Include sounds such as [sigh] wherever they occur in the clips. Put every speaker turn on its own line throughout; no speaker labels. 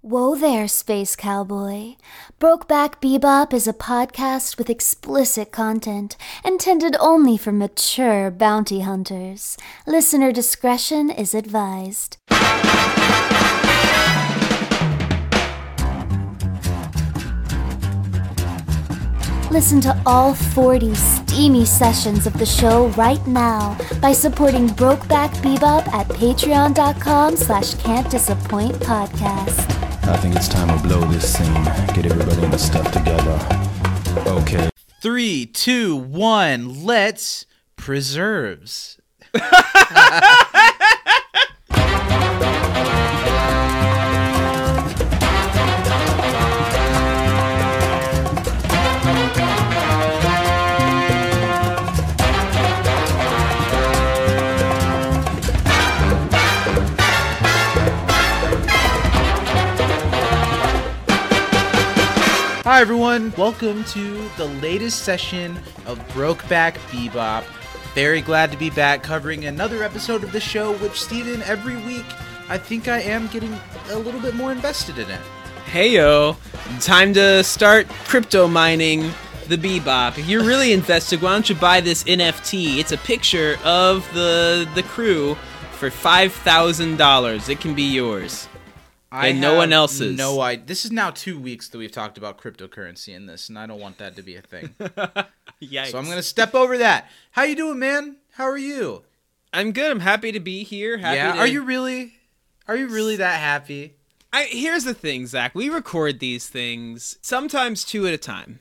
Whoa there, Space Cowboy. Brokeback Bebop is a podcast with explicit content intended only for mature bounty hunters. Listener discretion is advised. Listen to all 40 steamy sessions of the show right now by supporting Brokeback Bebop at patreon.com slash can't disappoint podcast.
I think it's time to blow this scene. Get everybody in the stuff together. Okay.
Three, two, one. Let's preserves. Hi everyone, welcome to the latest session of Brokeback Bebop. Very glad to be back covering another episode of the show, which Steven, every week I think I am getting a little bit more invested in it.
Heyo, time to start crypto mining the Bebop. If you're really invested, why don't you buy this NFT? It's a picture of the the crew for five thousand dollars. It can be yours.
I
And no one
have
else's.
No, I. This is now two weeks that we've talked about cryptocurrency in this, and I don't want that to be a
[laughs]
thing.
Yikes!
so I'm gonna step over that. How you doing, man? How are you?
I'm good. I'm happy to be here. Happy
yeah.
to-
Are you really? Are you really that happy?
I, here's the thing, Zach. We record these things sometimes two at
[laughs]
a time.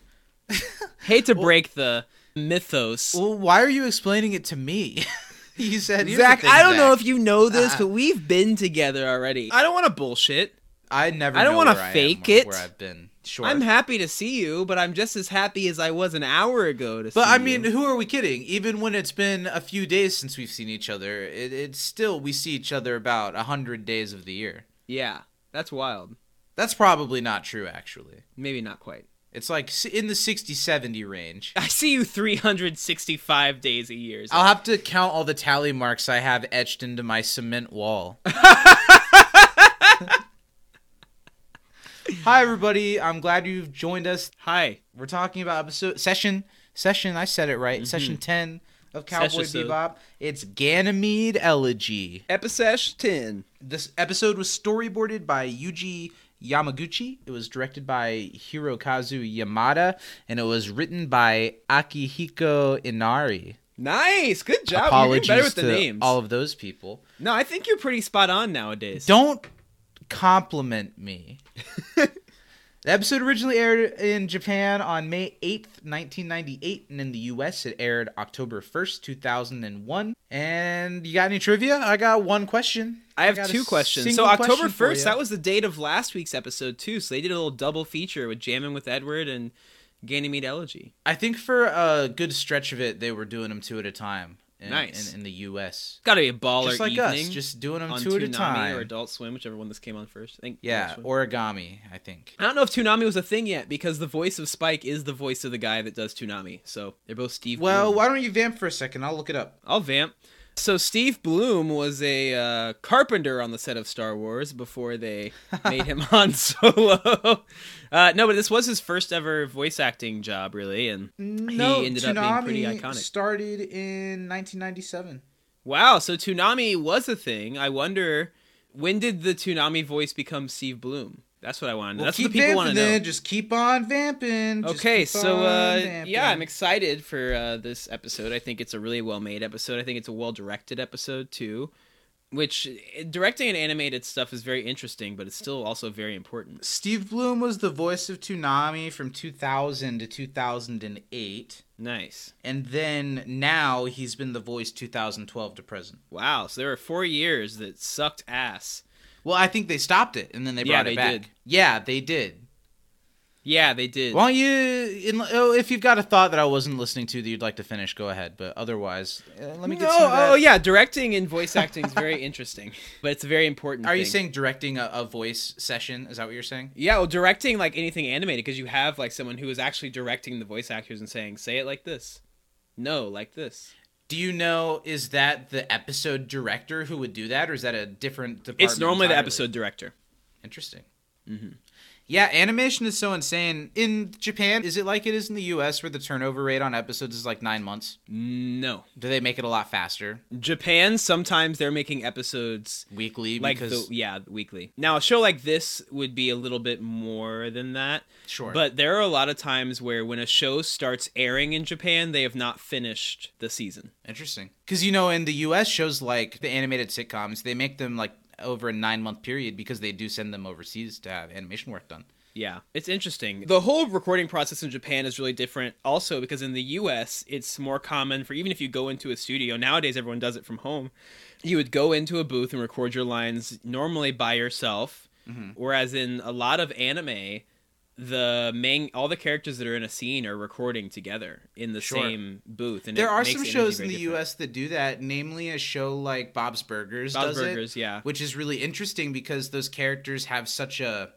Hate to break the mythos.
Well, why are you explaining it to me? [laughs] you said "Here's the
Zach,
thing,
I don't know
Zach. Uh,
if you know this, but we've been together already. I don't want to bullshit.
I never.
I don't
know
wanna
where am
fake
or
it.
Where I've been. Sure.
I'm happy to see you, but I'm just as happy as I was an hour ago to see
But I
you.
mean, who are we kidding? Even when it's been a few days since we've seen each other, it, it's still we see each other about a hundred days of the year.
yeah, that's wild.
That's probably not true, actually.
Maybe not quite. [laughs]
It's like s- in the 60 70 range.
I see you 365 days a year. Zach.
I'll have to count all the tally marks I have etched into my cement wall. Hi, everybody. I'm glad you've joined us.
Hi.
We're talking about episode session session. I said it right. Session ten of Cowboy
Session-sode.
Bebop. It's Ganymede Elegy.
Episesh 10.
This episode was storyboarded by Yuji Yamaguchi. It was directed by Hirokazu Yamada, and it was written by Akihiko Inari.
Nice. Good job.
Apologies
you're getting better with the
to
names.
all of those people.
no, I think you're pretty spot on nowadays.
Don't compliment
[laughs]
me. the episode originally aired in Japan on May 8th, 1998, and in the US it aired October 1st, 2001. And you got any trivia? I got one question.
I have
got a
two questions. So
single
October
question for you.
first, that was the date of last week's episode too. So they did a little double feature with Jammin' with Edward and Ganymede Elegy.
I think for a good stretch of it, they were doing them two at a time. In,
Nice.
In, in the U.S.
Gotta be a baller
Just like
evening.
us, just doing them
on
two at a
Toonami
time.
or Adult Swim, whichever one this came on first. I think
yeah,
Adult Swim.
origami, I think.
I don't know if Toonami was a thing yet because the voice of Spike is the voice of the guy that does Toonami. So they're both Steve.
Well,
Bloom.
why don't you vamp for a second? I'll look it up.
I'll vamp. So Steve Bloom was a uh, carpenter on the set of Star Wars
[laughs]
before they made him Han Solo. [laughs] Uh, no, but this was his first ever voice acting job, really, and
no,
he ended
Toonami
up being pretty iconic.
started in 1997.
wow, so Toonami was a thing. I wonder when did the Toonami voice become Steve Bloom? That's what I want to know.
Well,
That's
keep
what the people
vamping
want to know.
then. Just keep on vamping. Just
Okay,
keep
so
on
uh,
vamping.
yeah, I'm excited for uh, this episode. I think it's a really well made episode. I think it's a well directed episode too, which eh, directing and animated stuff is very interesting, but it's still also very important.
Steve Bloom was the voice of Toonami from 2000 to 2008,
Nice.
and then now he's been the voice 2012 to present.
Wow. So there were four years that sucked ass.
Well, I think they stopped it, and then they
Yeah,
brought it
they
back.
did.
Yeah, they did.
Yeah, they did.
Why don't you? In, oh, if you've got a thought that I wasn't listening to that you'd like to finish, go ahead. But otherwise, uh, let me get
no,
some of that.
oh yeah, directing and voice acting
[laughs]
is very interesting, but it's a very important.
Are you
thing.
saying directing a, a voice session? Is that what you're saying?
Yeah, well, directing like anything animated because you have like someone who is actually directing the voice actors and saying, "Say it like this," "No, like this."
Do you know is that the episode director who would do that, or is that a different department?
it's normally the Mm-hmm.
entirely?
episode director.
Interesting. Yeah, animation is so insane. In Japan, is it like it is in the US where the turnover rate on episodes is like nine months?
No.
Do they make it a lot faster?
Japan, sometimes they're making episodes
Weekly?
like
because
the, yeah weekly now a show like this would be a little bit more than that
Sure.
but there are a lot of times where when a show starts airing in japan they have not finished the season
Interesting. Because you know, in the U.S., shows like the animated sitcoms, they make them like over a nine month period because they do send them overseas to have animation work done.
yeah it's interesting the whole recording process in japan is really different also because in the us it's more common for even if you go into a studio nowadays everyone does it from home you would go into a booth and record your lines normally by yourself
Mm-hmm.
whereas in a lot of anime the main all the characters that are in a scene are recording together in the
Sure.
same booth and
There
it
are
makes
some
the energy
shows in
very
the
different.
U.S. that do that, namely a show like Bob's Burgers.
Bob's
does
Burgers,
it,
yeah.
Which is really interesting because those characters have such a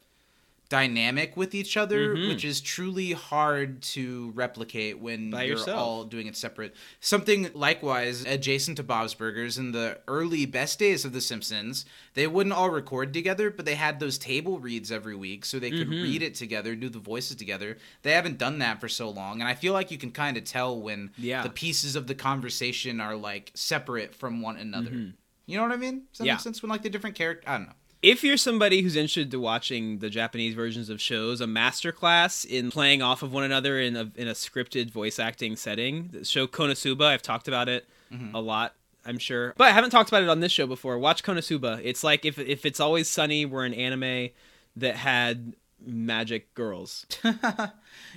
dynamic with each other,
Mm-hmm.
which is truly hard to replicate when
By
you're
yourself.
all doing it separate. Something likewise adjacent to Bob's Burgers in the early best days of The Simpsons, they wouldn't all record together, but they had those table reads every week so they could
Mm-hmm.
read it together, do the voices together. They haven't done that for so long, and I feel like you can kind of tell when
Yeah.
the pieces of the conversation are like separate from one another. You know what I mean? Does that
Mm-hmm. Yeah.
make sense? When like the different character, I don't know.
If you're somebody who's interested to watching the Japanese versions of shows, a masterclass in playing off of one another in a, in a scripted voice acting setting, the show Konosuba, I've talked about it a lot, I'm sure. But I haven't talked about it on this show before. Watch Konosuba. It's like if, if it's always sunny were an anime that had magic girls.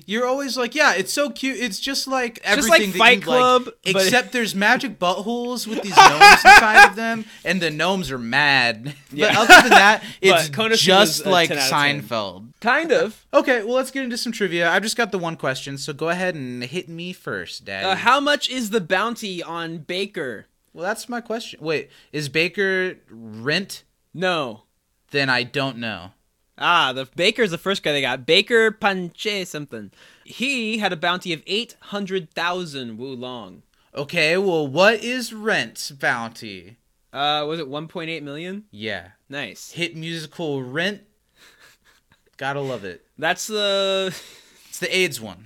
You're always like, yeah, it's so cute. It's just like everything
like
that
Fight
you
Club, but- [laughs]
like, except there's magic buttholes with these gnomes inside of them, and the gnomes are mad. But
Yeah.
other than
[laughs]
that, it's
Konosuba's
just
a
like
10 outta 10.
Seinfeld.
Kind of.
Okay, well, let's get into some trivia. I've just got the one question, so go ahead and hit me first, Daddy.
Uh, how much is the bounty on Baker?
well, that's my question. Wait, is Baker rent?
No.
Then I don't know.
Ah, the Baker's the first guy they got. Baker Panche something. He had a bounty of 800,000 Wulong.
Okay, well, what is Rent's bounty?
Uh, was it 1.8 million?
Yeah.
Nice.
Hit musical Rent. Gotta love it.
That's the
It's the AIDS one.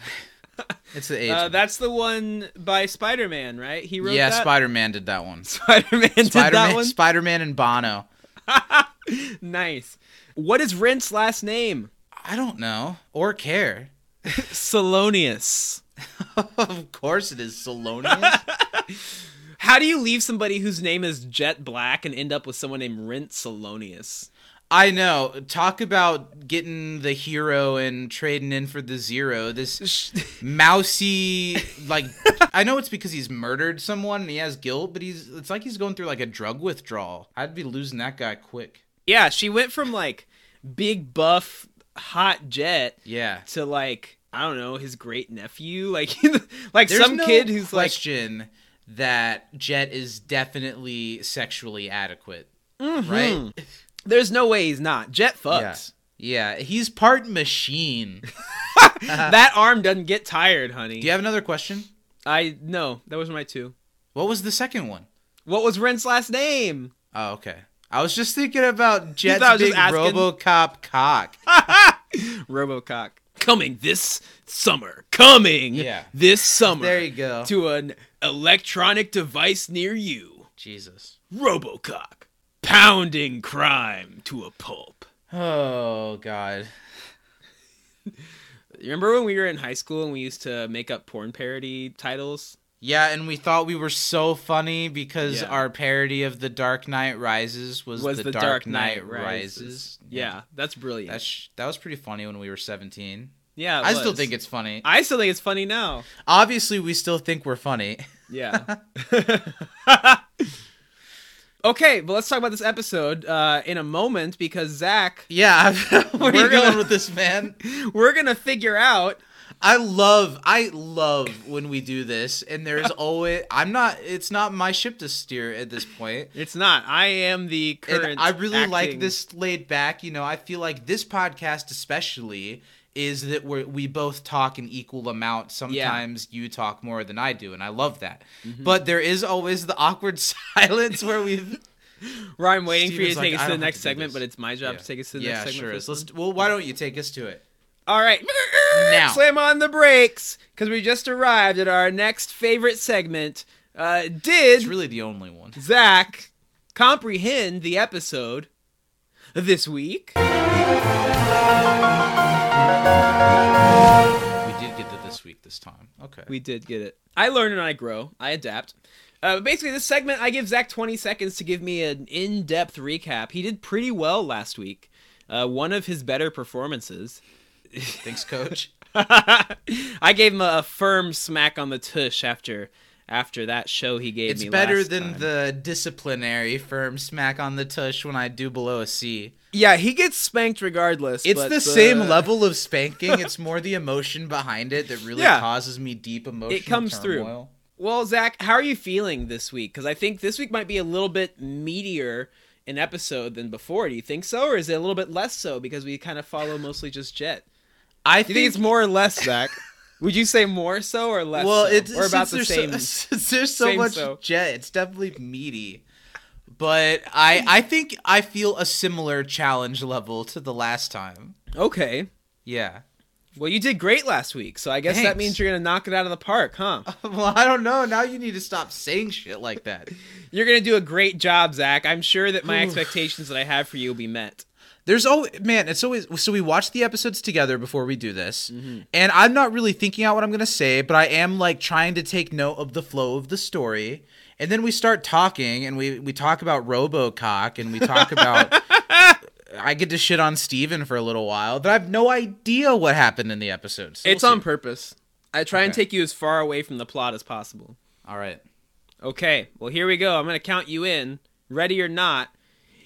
It's the AIDS
[laughs] uh,
one.
that's the one by Spider-Man, right? He wrote
yeah,
that.
Spider Man did that one.
[laughs] Spider-Man did that
Spider-Man,
one.
Spider-Man and Bono.
nice. What is Rent's last name?
I don't know or care. [laughs]
Salonius.
of course, it is
[laughs]
Salonius.
How do you leave somebody whose name is Jet Black and end up with someone named Rent Salonius?
I know. Talk about getting the hero and trading in for the zero.
[laughs]
This mousy, like, I know it's because he's murdered someone and he has guilt, but he's it's like he's going through like a drug withdrawal. I'd be losing that guy quick.
Yeah, she went from like big buff hot Jet
Yeah.
to like I don't know his great nephew, [laughs] like like
There's
some
no
kid who's
question that Jet is definitely sexually adequate, right?
like mm-hmm. there's no way he's not Jet
Yeah.
fucks.
yeah, he's part machine. Uh-huh.
[laughs] That arm doesn't get tired, honey.
Do you have another question?
I no, that was my two.
What was the second one?
What was Rent's last name?
Oh, okay. I was just thinking about Jet's
thought I was
big
just asking? Ah.
RoboCop
[laughs]
cock.
Robocock. Coming this summer. Coming
Yeah.
this summer.
There you go.
To an electronic device near you.
Jesus.
Robocock. Pounding crime to a pulp.
Oh God.
Remember when we were in high school and we used to make up porn parody titles?
Yeah, and we thought we were so funny because
Yeah.
our parody of The Dark Knight Rises was,
was
The, Dark, Knight, Rises.
Yeah, that's brilliant.
That's sh- that was pretty funny when we were 17.
yeah, it
I still
was.
think it's funny.
I still think it's funny now.
Obviously, we still think we're funny.
Yeah. [laughs] okay, but let's talk about this episode uh, in a moment because Zach,
[laughs] Yeah, [laughs]
[laughs]
where are you
We're gonna-
going with this, man?
we're gonna figure out.
[laughs] I love, I love when we do this, and
[laughs]
there's always. I'm not. It's not my ship to steer at this point.
It's not. I am the current.
and I really like
acting-
this laid back. You know, I feel like this podcast especially is that we we both talk an equal amount. Sometimes you talk
Mm-hmm. [laughs]
more than I do, and I love that. But there is always the awkward [laughs] silence where we've
Ryan, waiting for
Steven's
you to
like,
take
"I
us to the
don't have
next
to do
segment,
this."
but it's my job
Yeah.
to take us to the
yeah,
next segment.
sure
for
is.
this
Let's.
one.
Well, why don't you take us to it?
All right.
[laughs] Now.
Slam on the brakes because we just arrived at our next favorite segment. Uh, did
It's really the only one.
Zach comprehend the episode this week?
We did get the this week this time. Okay.
We did get it. I learn and I grow. I adapt. Uh, but basically, this segment, I give Zach 20 seconds to give me an in depth recap. He did pretty well last week, uh, one of his better
[laughs]
performances.
Thanks, Coach.
I gave him a, a firm smack on the tush after after that show he
[laughs]
gave
It's
me.
better
last
than
time.
the disciplinary firm smack on the tush when I do below a C.
yeah. He gets spanked regardless.
It's
but
the same level of spanking. It's more the emotion behind it that really
[laughs] Yeah.
causes me deep emotional
comes through.
turmoil.
Well, Zach, how are you feeling this week? Because I think this week might be a little bit meatier an episode than before. Do you think so, or is it a little bit less so because we kind of follow mostly just Jet?
I
Do you think it's more or less, Zach? Would you say more so or less?
well,
so?
it's
or about
since
the
there's
same.
So, [laughs] since there's so
same
much
so.
jet, it's definitely meaty. But I I think I feel a similar challenge level to the last time.
Okay.
Yeah.
Well, you did great last week, so I guess that
Thanks.
means you're gonna knock it out of the park, huh?
[laughs] Well, I don't know. Now you need to stop saying shit like that.
You're gonna do a great job, Zach. I'm sure that my expectations that I have for you will be met.
There's always man, it's always so we watch the episodes together before we do this.
Mm-hmm.
And I'm not really thinking out what I'm going to say, but I am like trying to take note of the flow of the story. And then we start talking and we we talk about RoboCock and we talk
[laughs]
about I get to shit on Steven for a little while, but I have no idea what happened in the episodes.
it's on purpose. I try and take you as far away from the plot as possible.
All right.
Okay, well here we go. I'm gonna count you in. Ready or not?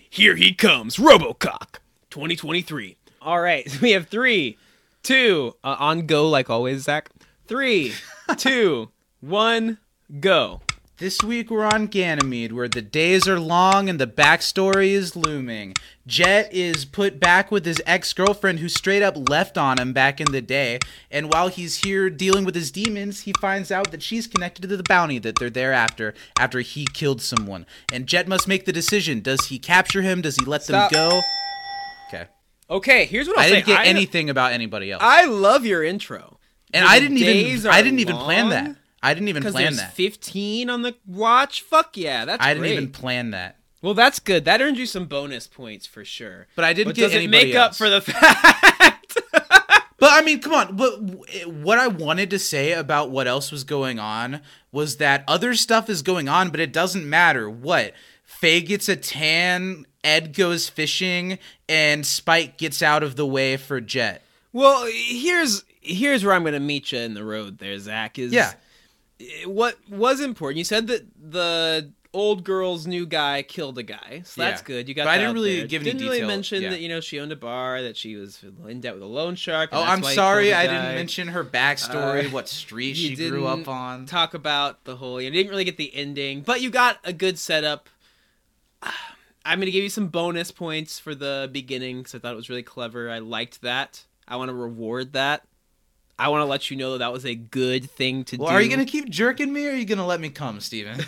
Here he comes, RoboCock, 2023. All right, [laughs] we have three, two, uh, on go like always, Zach.
[laughs]
Three, two, one, go.
This week we're on Ganymede, where the days are long and the backstory is looming. Jet is put back with his ex girlfriend who straight up left on him back in the day, and while he's here dealing with his demons, he finds out that she's connected to the bounty that they're thereafter after he killed someone. And Jet must make the decision does he capture him? Does he let
Stop.
them go? Okay.
Okay, here's what I'll
I
say.
didn't get
I,
anything about anybody else.
I love your intro.
and
the
I didn't
days
even
are
I didn't even plan
long?
that. I didn't even
Because
plan
there's
that.
15 on the watch. Fuck yeah, that's
I didn't
great.
even plan that.
Well, that's good. That earned you some bonus points for sure.
But I didn't
but
get
does it
anybody
make up
else.
for the [laughs] fact?
But I mean, come on. What what I wanted to say about what else was going on was that other stuff is going on, but it doesn't matter what. Faye gets a tan, Ed goes fishing, and Spike gets out of the way for Jet.
Well, here's here's where I'm going to meet you in the road. There, Zach is.
Yeah.
What was important? You said that the old girl's new guy killed a guy, so that's
Yeah.
good. You got.
But I
that
didn't
out
really
there.
give any
Didn't really
detail,
mention
yeah.
that you know she owned a bar, that she was in debt with a loan shark. and
Oh,
that's
I'm
why he
sorry,
killed the
I
guy.
didn't mention her backstory,
Uh,
what street
You
she grew
didn't
up on.
Talk about the whole. You didn't really get the ending, but you got a good setup. [sighs] I'm gonna give you some bonus points for the beginning because I thought it was really clever. I liked that. I want to reward that. I want to let you know that that was a good thing to
Well,
do.
are you gonna keep jerking me, or are you gonna let me come, Steven?
[laughs]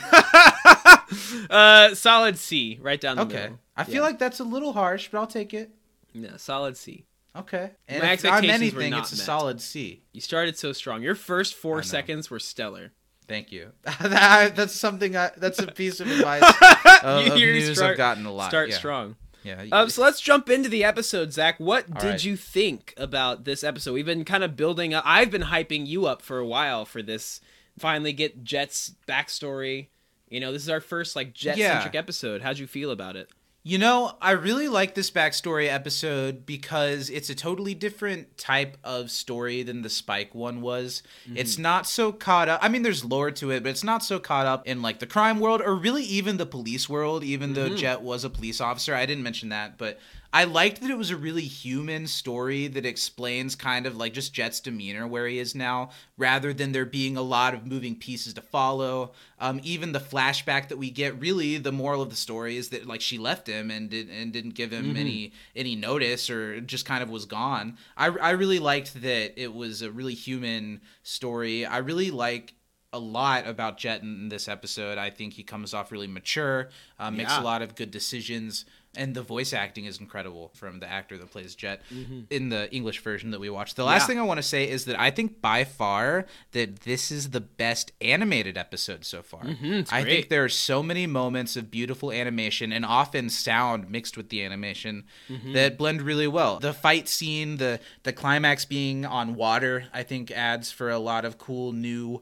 Uh, solid C, right down the
Okay,
middle.
I feel
Yeah.
like that's a little harsh, but I'll take it.
No, solid C.
Okay, and
My
if I'm
expectations were
anything,
not
it's a
met.
solid C.
You started so strong. Your first
I know.
four seconds were stellar.
Thank you. [laughs] That- that's something. I, that's a piece of advice of, of
[laughs] You- you
news I've
start-
gotten a lot.
Start
yeah.
strong.
Yeah.
Um, so let's jump into the episode, Zach. What
All
did
right.
you think about this episode? We've been kind of building up. I've been hyping you up for a while for this. Finally, get Jet's backstory. You know, this is our first like Jet-centric
Yeah.
episode. How'd you feel about it?
you know, I really like this backstory episode because it's a totally different type of story than the Spike one was.
Mm-hmm.
It's not so caught up. I mean, there's lore to it, but it's not so caught up in like the crime world or really even the police world. Even
Mm-hmm.
though Jet was a police officer, I didn't mention that, but I liked that it was a really human story that explains kind of like just Jet's demeanor where he is now, rather than there being a lot of moving pieces to follow. Um, even the flashback that we get, really, the moral of the story is that like she left him and did, and didn't give him any any notice or just kind of was gone. I I really liked that it was a really human story. I really like a lot about Jet in this episode. I think he comes off really mature, uh, makes
Yeah.
a lot of good decisions, and the voice acting is incredible from the actor that plays Jet in the English version that we watched. The last
Mm-hmm. Yeah.
thing I want to say is that I think by far that this is the best animated episode so far. I think
Mm-hmm, great.
there are so many moments of beautiful animation and often sound mixed with the animation
Mm-hmm.
that blend really well. The fight scene, the the climax being on water, I think adds for a lot of cool new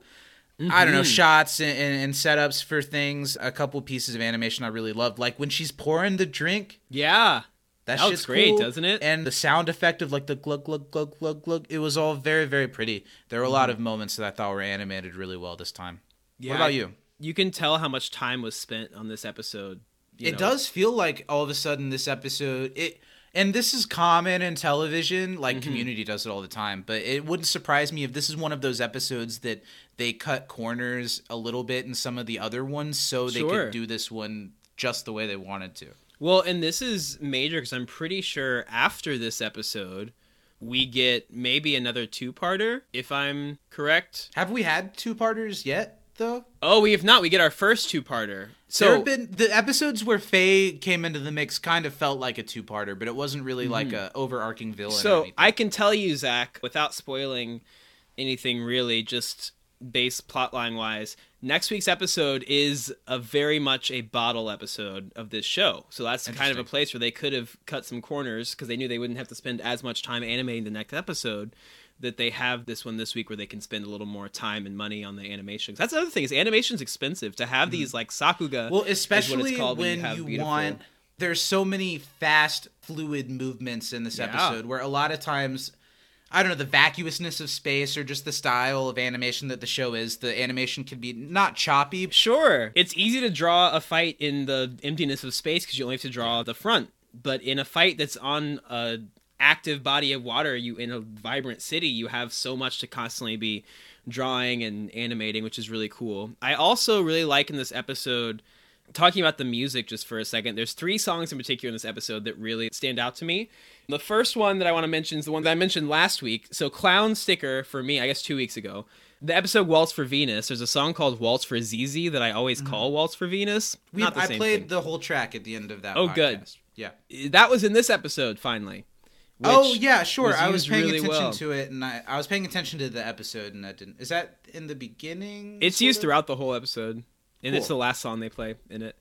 I
Mm-hmm.
don't know shots and, and, and setups for things. A couple pieces of animation I really loved, like when she's pouring the drink.
Yeah.
That,
That looks
shit's
great,
cool.
doesn't it?
And the sound effect of like the glug glug glug glug glug. It was all very very pretty. There were a
Mm-hmm.
lot of moments that I thought were animated really well this time.
Yeah,
what about
I-
you?
You can tell how much time was spent on this episode. you
it
know.
does feel like all of a sudden this episode it and this is common in television like
Mm-hmm.
community does it all the time but it wouldn't surprise me if this is one of those episodes that they cut corners a little bit in some of the other ones so they
Sure.
could do this one just the way they wanted to
Well, and this is major because I'm pretty sure after this episode, we get maybe another two parter, if I'm correct.
have we had two parters yet though
Oh, we have not. We get our first two parter.
there
So
have been the episodes where Faye came into the mix kind of felt like a two-parter, but it wasn't really like a overarching villain. or
Mm-hmm. So
anything.
I can tell you, Zach, without spoiling anything really, just base plotline wise, next week's episode is a very much a bottle episode of this show. So that's kind of a
Interesting.
place where they could have cut some corners because they knew they wouldn't have to spend as much time animating the next episode. That they have this one this week where they can spend a little more time and money on the animations. That's another thing is animation's expensive to have these like sakuga.
Mm-hmm. Well,
is what it's
especially
called
when
have
you,
beautiful-
want. There's so many fast, fluid movements in this
Yeah.
episode where a lot of times, I don't know, the vacuousness of space or just the style of animation that the show is, the animation can be not choppy.
Sure. It's easy to draw a fight in the emptiness of space because you only have to draw the front. But in a fight that's on a active body of water, you in a vibrant city, you have so much to constantly be drawing and animating, which is really cool. I also really like in this episode talking about the music just for a second. There's three songs in particular in this episode that really stand out to me. The first one that I want to mention is the one that I mentioned last week. So Clown Sticker for me, I guess 2 weeks ago. The episode Waltz for Venus, there's a song called Waltz for Zizi that I always call Waltz for Venus.
Mm-hmm. We,
Not the
I
same
played
thing.
the whole track at the end of that.
Oh, good.
podcast. Yeah.
that was in this episode finally.
oh
which
yeah, sure. I was
used
paying
really
attention
well.
to it, and I, I was paying attention to the episode, and I didn't. Is that in the beginning?
It's
sort
used
of?
throughout the whole episode, and it's
Cool.
the last song they play in it.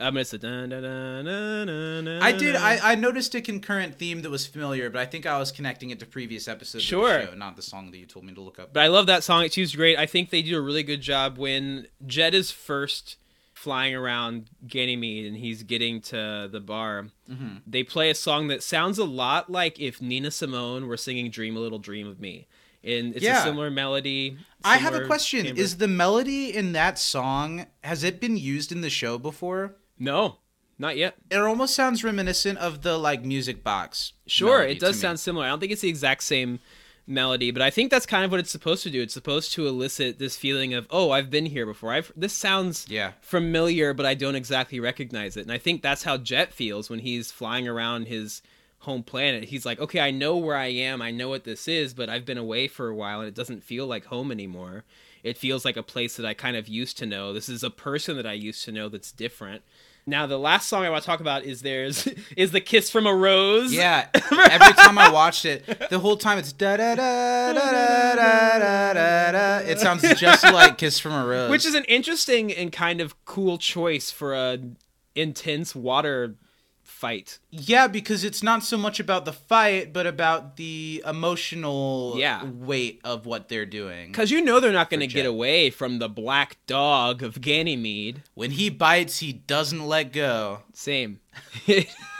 Um, it's a dun dun dun dun dun. dun,
I did.
dun.
I, I noticed a concurrent theme that was familiar, but I think I was connecting it to previous episodes of
Sure.
the show, not the song that you told me to look up.
But I love that song. It's used great. I think they do a really good job when Jed is first flying around Ganymede and he's getting to the bar.
Mm-hmm.
They play a song that sounds a lot like if Nina Simone were singing "Dream a Little Dream of Me," and it's
Yeah.
a similar melody.
I have a
similar
question:
timbre.
Is the melody in that song has it been used in the show before?
no, not yet.
It almost sounds reminiscent of the like music box.
Sure,
melody
it does
to me.
sound similar. I don't think it's the exact same melody, but I think that's kind of what it's supposed to do. It's supposed to elicit this feeling of, "Oh, I've been here before. I've this sounds
Yeah.
familiar, but I don't exactly recognize it." And I think that's how Jet feels when he's flying around his home planet. He's like, "Okay, I know where I am. I know what this is, but I've been away for a while and it doesn't feel like home anymore. It feels like a place that I kind of used to know. This is a person that I used to know that's different." Now the last song I want to talk about is there's [laughs] is the kiss from a rose. [laughs]
Yeah. Every time I watched it, the whole time it's da da da da da da da da. da. It sounds just like "Kiss from a Rose,"
which is an interesting and kind of cool choice for a intense water fight.
Yeah, because it's not so much about the fight, but about the emotional
Yeah.
weight of what they're doing.
Because you know they're not going to
Jet.
get away from the black dog of Ganymede.
When he bites, he doesn't let go.
[laughs] Same.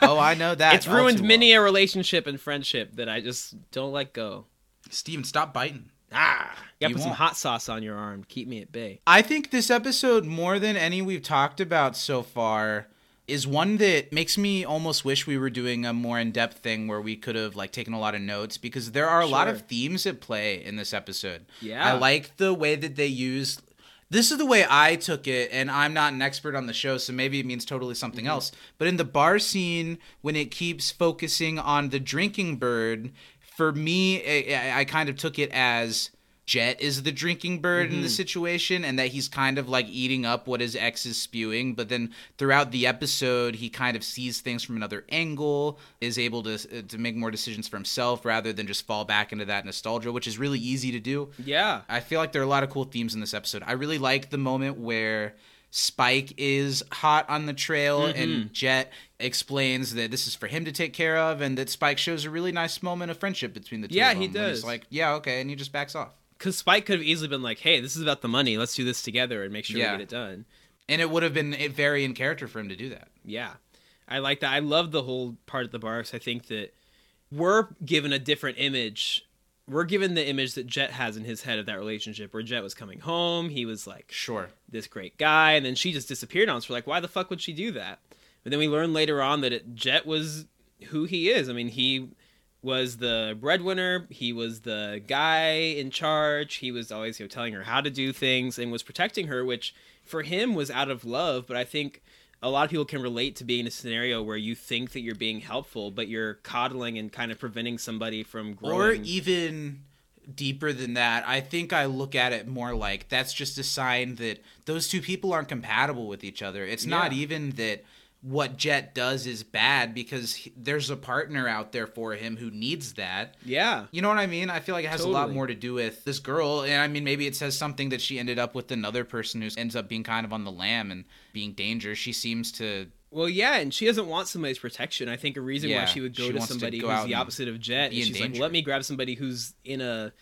Oh, I know that.
it's ruined many a relationship and friendship that I just don't let go.
Steven, stop biting.
Ah, you got
You
put some
won't.
hot sauce on your arm. Keep me at bay.
I think this episode, more than any we've talked about so far, is one that makes me almost wish we were doing a more in-depth thing where we could have like taken a lot of notes because there are a lot
Sure.
of themes at play in this episode.
Yeah.
I like the way that they use this is the way I took it, and I'm not an expert on the show, so maybe it means totally something else. But in the bar scene, when it keeps focusing on the drinking bird, for me, I, I- I kind of took it as Jet is the drinking bird in the situation, and that he's kind of like eating up what his ex is spewing. But then throughout the episode, he kind of sees things from another angle, is able to uh, to make more decisions for himself rather than just fall back into that nostalgia, which is really easy to do.
Yeah.
I feel like there are a lot of cool themes in this episode. I really like the moment where Spike is hot on the trail
Mm-hmm.
and Jet explains that this is for him to take care of and that Spike shows a really nice moment of friendship between the two
Yeah,
of them.
he
when he's
does.
like, yeah, okay, and he just backs off.
Because Spike could have easily been like, hey, this is about the money. Let's do this together and make sure
Yeah.
we get it done.
And it would have been it very in character for him to do that.
Yeah. I like that. I love the whole part of the bar 'cause I think that we're given a different image. We're given the image that Jet has in his head of that relationship where Jet was coming home. He was like,
Sure.
this great guy, and then she just disappeared on us. We're like, why the fuck would she do that? But then we learn later on that it, Jet was who he is. I mean, he was the breadwinner. He was the guy in charge. He was always you know, telling her how to do things and was protecting her, which for him was out of love. But I think a lot of people can relate to being in a scenario where you think that you're being helpful, but you're coddling and kind of preventing somebody from
Or
growing.
even deeper than that, I think I look at it more like that's just a sign that those two people aren't compatible with each other. It's not
Yeah.
even that what Jet does is bad because he- there's a partner out there for him who needs that.
yeah.
You know what I mean? I feel like it has a lot
Totally.
more to do with this girl. And I mean, maybe it says something that she ended up with another person who ends up being kind of on the lam and being dangerous. She seems to
Well, yeah, and she doesn't want somebody's protection. I think a reason
Yeah,
why she would go
she
to
wants to
somebody
go out
who's the
and
opposite of Jet
be
is
in
she's like,
danger.
let me grab somebody who's in a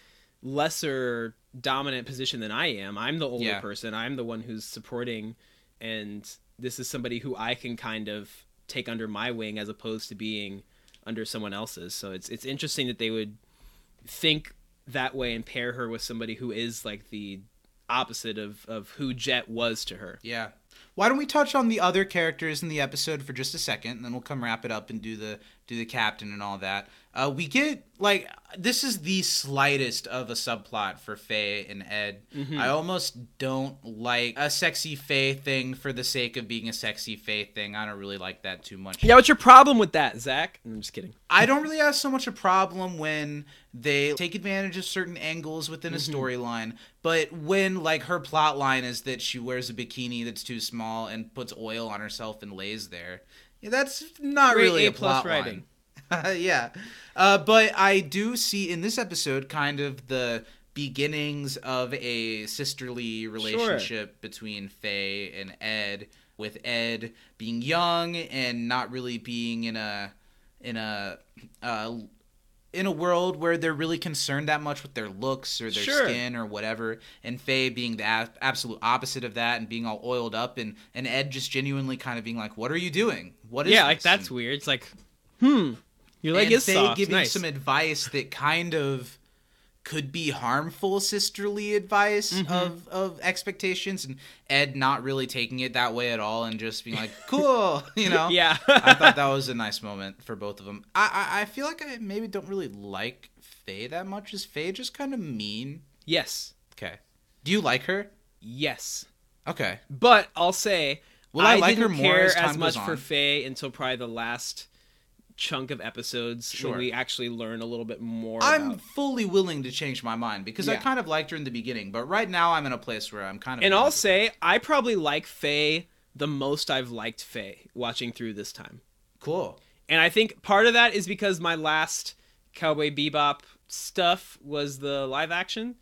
lesser dominant position than I am. I'm the older
Yeah.
person. I'm the one who's supporting, and this is somebody who I can kind of take under my wing as opposed to being under someone else's. So it's it's interesting that they would think that way and pair her with somebody who is like the opposite of of who Jet was to her.
Yeah. Why don't we touch on the other characters in the episode for just a second, and then we'll come wrap it up and do the do the captain and all that. Uh, we get like this is the slightest of a subplot for Faye and Ed. I almost don't like a sexy Faye thing for the sake of being a sexy Faye thing. I don't really like that too much.
Yeah, what's your problem with that, Zach? I'm just kidding.
I don't really have so much a problem when they take advantage of certain angles within a storyline, but when like her plot line is that she wears a bikini that's too small and puts oil on herself and lays there, yeah, that's not
Great
really a
A-plus
plot
writing.
line. [laughs] yeah, uh, but I do see in this episode kind of the beginnings of a sisterly relationship between Faye and Ed. With Ed being young and not really being in a in a uh, in a world where they're really concerned that much with their looks or their
Sure.
skin or whatever, and Faye being the ab- absolute opposite of that and being all oiled up, and and Ed just genuinely kind of being like, "What are you doing? What is
yeah, like
this?"
that's
and,
weird. It's like, hmm, your leg
and
is
Faye
soft.
giving
nice.
some advice that kind of could be harmful sisterly advice
Mm-hmm.
of of expectations, and Ed not really taking it that way at all and just being like, "Cool," [laughs] you know?
[laughs] Yeah.
I thought that was a nice moment for both of them. I, I I feel like I maybe don't really like Faye that much. Is Faye just kind of mean?
yes,
Okay. Do you like her?
yes.
Okay.
But I'll say,
Will I like
didn't
her more
care
as time
much
goes
for
on?
Faye until probably the last chunk of episodes
Sure.
when we actually learn a little bit more.
I'm
about-
fully willing to change my mind because I
Yeah.
kind of liked her in the beginning, but right now I'm in a place where I'm kind of
and I'll say, I probably like Faye the most I've liked Faye watching through this time.
cool.
And I think part of that is because my last Cowboy Bebop stuff was the live action,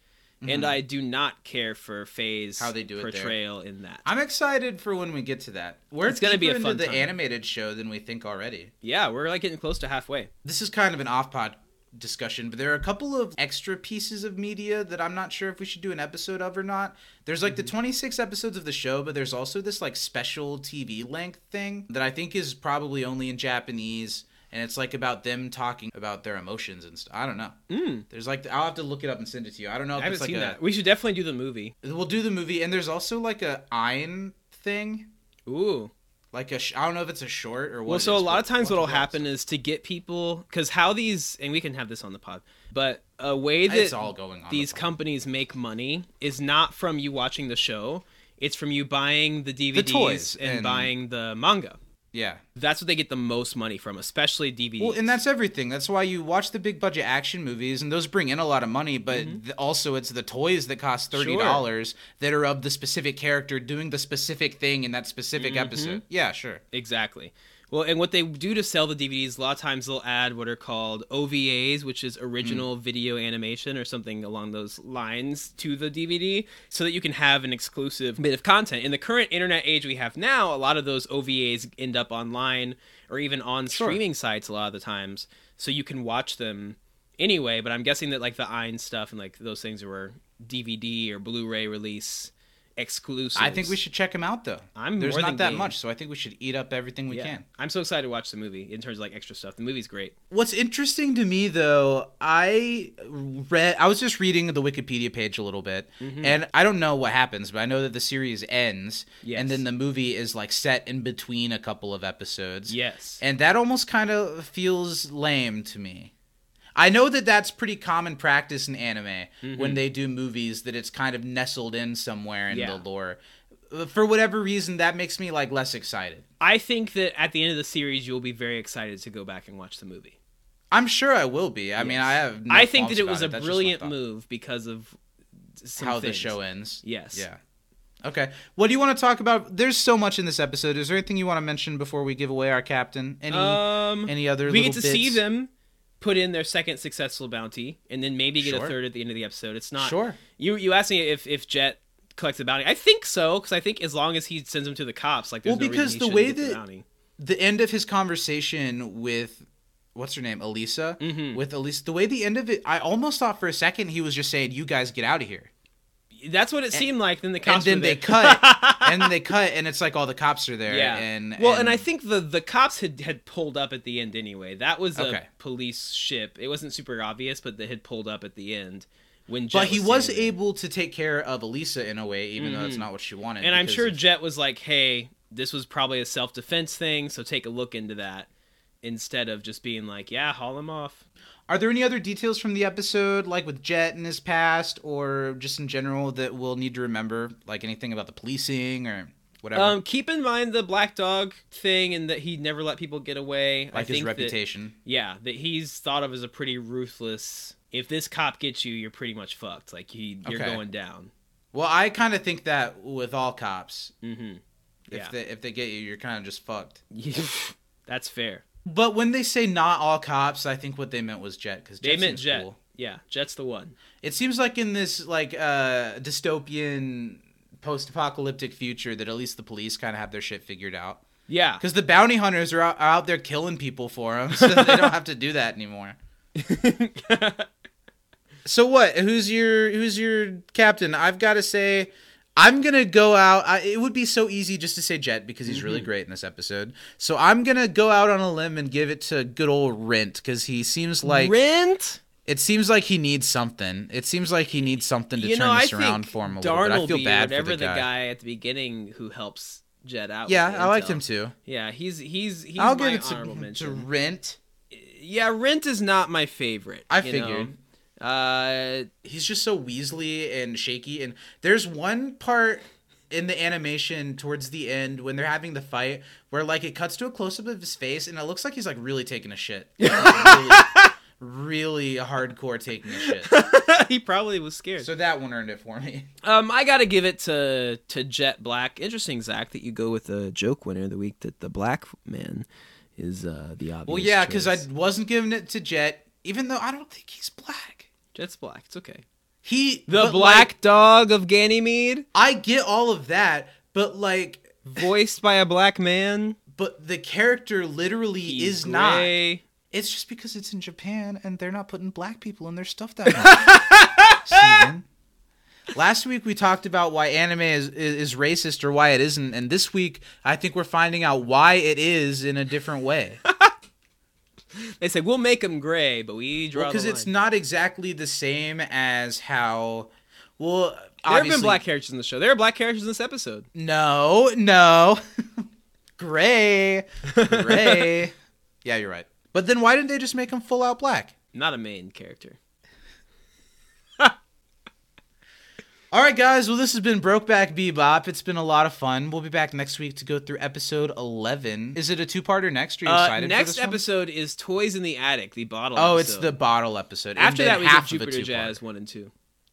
and I do not care for Faye's
Mm-hmm. How they do it there.
portrayal in that.
I'm excited for when we get to that. We're
It's gonna be
deeper
a fun
into the
time.
animated show than we think already.
yeah, we're like getting close to halfway.
This is kind of an off-pod discussion, but there are a couple of extra pieces of media that I'm not sure if we should do an episode of or not. There's like the
Mm-hmm.
26 episodes of the show, but there's also this like special TV length thing that I think is probably only in Japanese. And it's like about them talking about their emotions and stuff. I don't know. There's like I'll have to look it up and send it to you. I don't know if
Mm. I haven't
it's Oh, like
seen
a,
that. We should definitely do the movie.
We'll do the movie, and there's also like a Ein thing
Ooh.
like a sh- I don't know if it's a short or what.
Well,
it
so a
is,
lot
but
of times
watch
what'll
it once.
happen is to get people because how these and we can have this on the pod, but a way that
It's all going on the
these
pod.
companies make money is not from you watching the show. It's from you buying the DVDs
toys
and,
and-
buying the manga.
Yeah.
That's what they get the most money from, especially DVDs.
Well, and that's everything. That's why you watch the big budget action movies, and those bring in a lot of money. But
Mm-hmm.
th- also, it's the toys that cost thirty dollars that are of the specific character doing the specific thing in that specific
Mm-hmm.
episode. Yeah, sure.
Exactly. Well, and what they do to sell the DVDs, a lot of times they'll add what are called OVAs, which is original
Mm.
video animation or something along those lines to the DVD so that you can have an exclusive bit of content. In the current internet age we have now, a lot of those OVAs end up online or even on streaming sites a lot of the times. So you can watch them anyway, but I'm guessing that like the Ein stuff and like those things were DVD or Blu ray release exclusive.
I think we should check them out though.
I'm
there's
more
not
than
that
game.
much, so I think we should eat up everything we
Yeah.
can.
I'm so excited to watch the movie in terms of like extra stuff. The movie's great.
What's interesting to me though, I read I was just reading the Wikipedia page a little bit
Mm-hmm.
and I don't know what happens, but I know that the series ends
Yes.
and then the movie is like set in between a couple of episodes.
Yes.
And that almost kind of feels lame to me. I know that that's pretty common practice in anime
Mm-hmm.
when they do movies that it's kind of nestled in somewhere in
Yeah.
the lore. Uh, For whatever reason that makes me like less excited.
I think that at the end of the series, you'll be very excited to go back and watch the movie.
I'm sure I will be. I mean, I have. No
I think
qualms
that it
about
was a
That's just my
brilliant
thought.
move because of some
how the
things.
show ends.
Yes.
Yeah. Okay. What do you want to talk about? There's so much in this episode. Is there anything you want to mention before we give away our captain? Any
Um,
any other?
we get to
little
see
bits?
them put in their second successful bounty, and then maybe get a
Sure.
third at the end of the episode. It's not
Sure.
You you asked me if if Jet collects the bounty. I think so because I think as long as he sends them to the cops, like there's
Well,
no reason
because
he
the
shouldn't
way
get the
that-
bounty.
The end of his conversation with what's her name, Elisa.
Mm-hmm.
With Elisa, the way the end of it, I almost thought for a second he was just saying, "You guys get out of here,"
That's what it seemed like. Then the
and
cops
then
were
they
there.
cut,
[laughs]
and then they cut, and it's like all the cops are there.
Yeah.
And
well, and, I think the the cops had had pulled up at the end anyway. That was a
Okay.
police ship. It wasn't super obvious, but they had pulled up at the end when. Jet
But he was
standing there.
able to take care of Elisa in a way, even though that's not what she wanted.
Mm-hmm. and I'm
because
sure
of-
Jet was like, "Hey, this was probably a self defense thing, so take a look into that." Instead of just being like, "Yeah, haul him off."
Are there any other details from the episode, like with Jet in his past, or just in general, that we'll need to remember? Like anything about the policing or whatever?
Um, keep in mind the black dog thing and that he never let people get away. I
like his
think that-
reputation.
yeah, that he's thought of as a pretty ruthless. If this cop gets you, you're pretty much fucked. Like he, you're
Okay.
going down.
Well, I kind of think that with all cops.
Mm-hmm.
If,
[laughs] Yeah.
they, if they get you, you're kind of just fucked.
That's fair.
But when they say not all cops, I think what they meant was Jet. Because
They meant Jet.
Cool.
Yeah, Jet's the one.
It seems like in this like uh, dystopian post-apocalyptic future that at least the police kind of have their shit figured out.
Yeah.
Because the bounty hunters are out, are out there killing people for them, so they don't have to do that anymore. [laughs] so what? Who's your Who's your captain? I've got to say, I'm gonna go out. I, it would be so easy just to say Jet because he's really great in this episode. So I'm gonna go out on a limb and give it to good old Rent because he seems like
Rent.
it seems like he needs something. It seems like he needs something to
You
turn
know, I
this
think
around for him a little bit.
Darnell
I feel bad for
whatever
the guy.
at the beginning who helps Jet out.
Yeah,
with the
I liked
intel.
him too.
Yeah, he's he's he's
I'll
my
give it
honorable
to, to
mention.
Rent.
yeah, Rent is not my favorite.
I
you know?
figured.
Uh, [laughs]
he's just so weaselly and shaky and there's one part in the animation towards the end when they're having the fight where like it cuts to a close-up of his face and it looks like he's like really taking a shit Like, really, really hardcore taking a shit
he probably was scared.
so that one earned it for me
um, I gotta give it to to Jet Black. Interesting, Zach, that you go with the joke winner the week that the black man is uh the obvious.
well yeah because i
choice.
wasn't giving it to jet even though i don't think he's black
Jet's black. It's okay.
he
The
but,
black
like,
dog of Ganymede,
i get all of that but like
voiced by a black man.
but the character literally
He's
is not
gray.
It's just because it's in Japan and they're not putting black people in their stuff that much.
[laughs]
Steven. Last week we talked about why anime is, is is racist or why it isn't, and this week I think we're finding out why it is in a different way.
[laughs] They say we'll make him gray, but we draw
Because
the line.
it's not exactly the same as how. Well,
There have been
obviously-
black characters in the show. There are black characters in this episode.
No, no. [laughs] gray,
[laughs]
gray. yeah, you're right. But then why didn't they just make him full out black?
Not a main character.
All right, guys. Well, this has been Brokeback Bebop. It's been a lot of fun. We'll be back next week to go through episode 11. Is it a two-parter next? Are you
Uh,
excited for
next
this one?
episode is Toys in the Attic, the bottle.
Oh, it's the
episode.
bottle episode. and
after
then
that we
half
have
of a
Jupiter
two-parter.
Jazz one and two.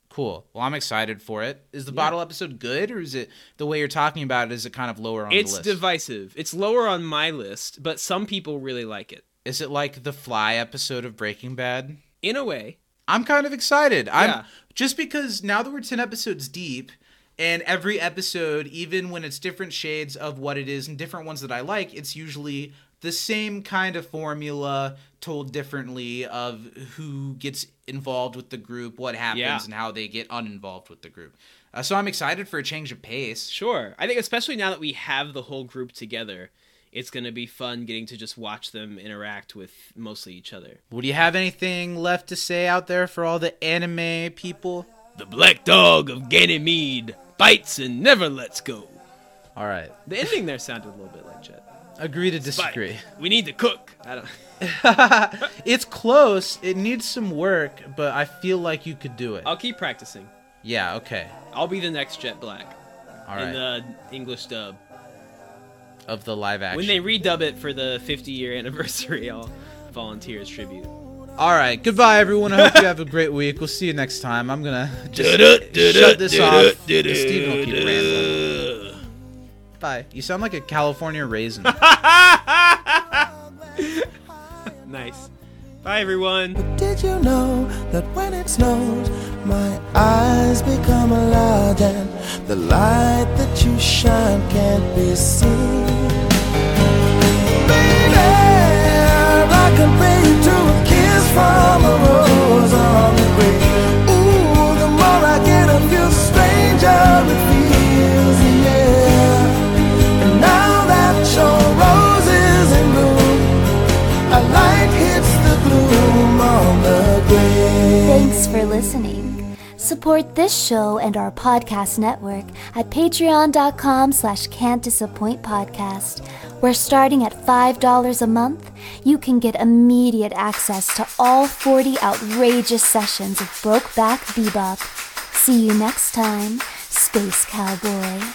Cool. Well, I'm excited for it. Is the bottle episode good, or is it the way you're talking about it? Is it kind of lower on
It's
the list?
divisive. It's lower on my list, but some people really like it.
is it like the Fly episode of Breaking Bad?
In a way,
I'm kind of excited.
Yeah.
I'm just because now that we're 10 episodes deep and every episode even when it's different shades of what it is and different ones that I like, it's usually the same kind of formula told differently of who gets involved with the group, what happens
Yeah.
and how they get uninvolved with the group. Uh, so I'm excited for a change of pace.
sure. I think especially now that we have the whole group together, it's going to be fun getting to just watch them interact with mostly each other.
Would you have anything left to say out there for all the anime people?
The black dog of Ganymede bites and never lets go.
All right.
The ending there sounded a little bit like Jet.
Agree to
But
disagree.
we need to cook. I don't.
It's close. It needs some work, but I feel like you could do it.
I'll keep practicing.
Yeah, okay.
I'll be the next Jet Black
All right.
in the English dub.
of the live action.
uh, When they redub it for the 50 year [laughs] anniversary, I'll volunteer as tribute.
All right. Goodbye, everyone. I hope you have a great week. We'll see you next time. I'm going to just shut this off. Steven will keep rambling. Bye. You sound like a California raisin.
Nice. Bye, everyone.
Did you know that when it snows, my eyes become alive and the light that you shine can't be seen? Baby, I can bring you to a kiss from a rose on the grave. Ooh, the more I get of you, the stranger it feels, yeah. And now that your rose is in bloom, a light hits the gloom on the grave.
Thanks for listening. Support this show and our podcast network at patreon.com slash can't disappoint podcast. We're starting at $5 a month. You can get immediate access to all 40 outrageous sessions of Brokeback Bebop. See you next time, Space Cowboy.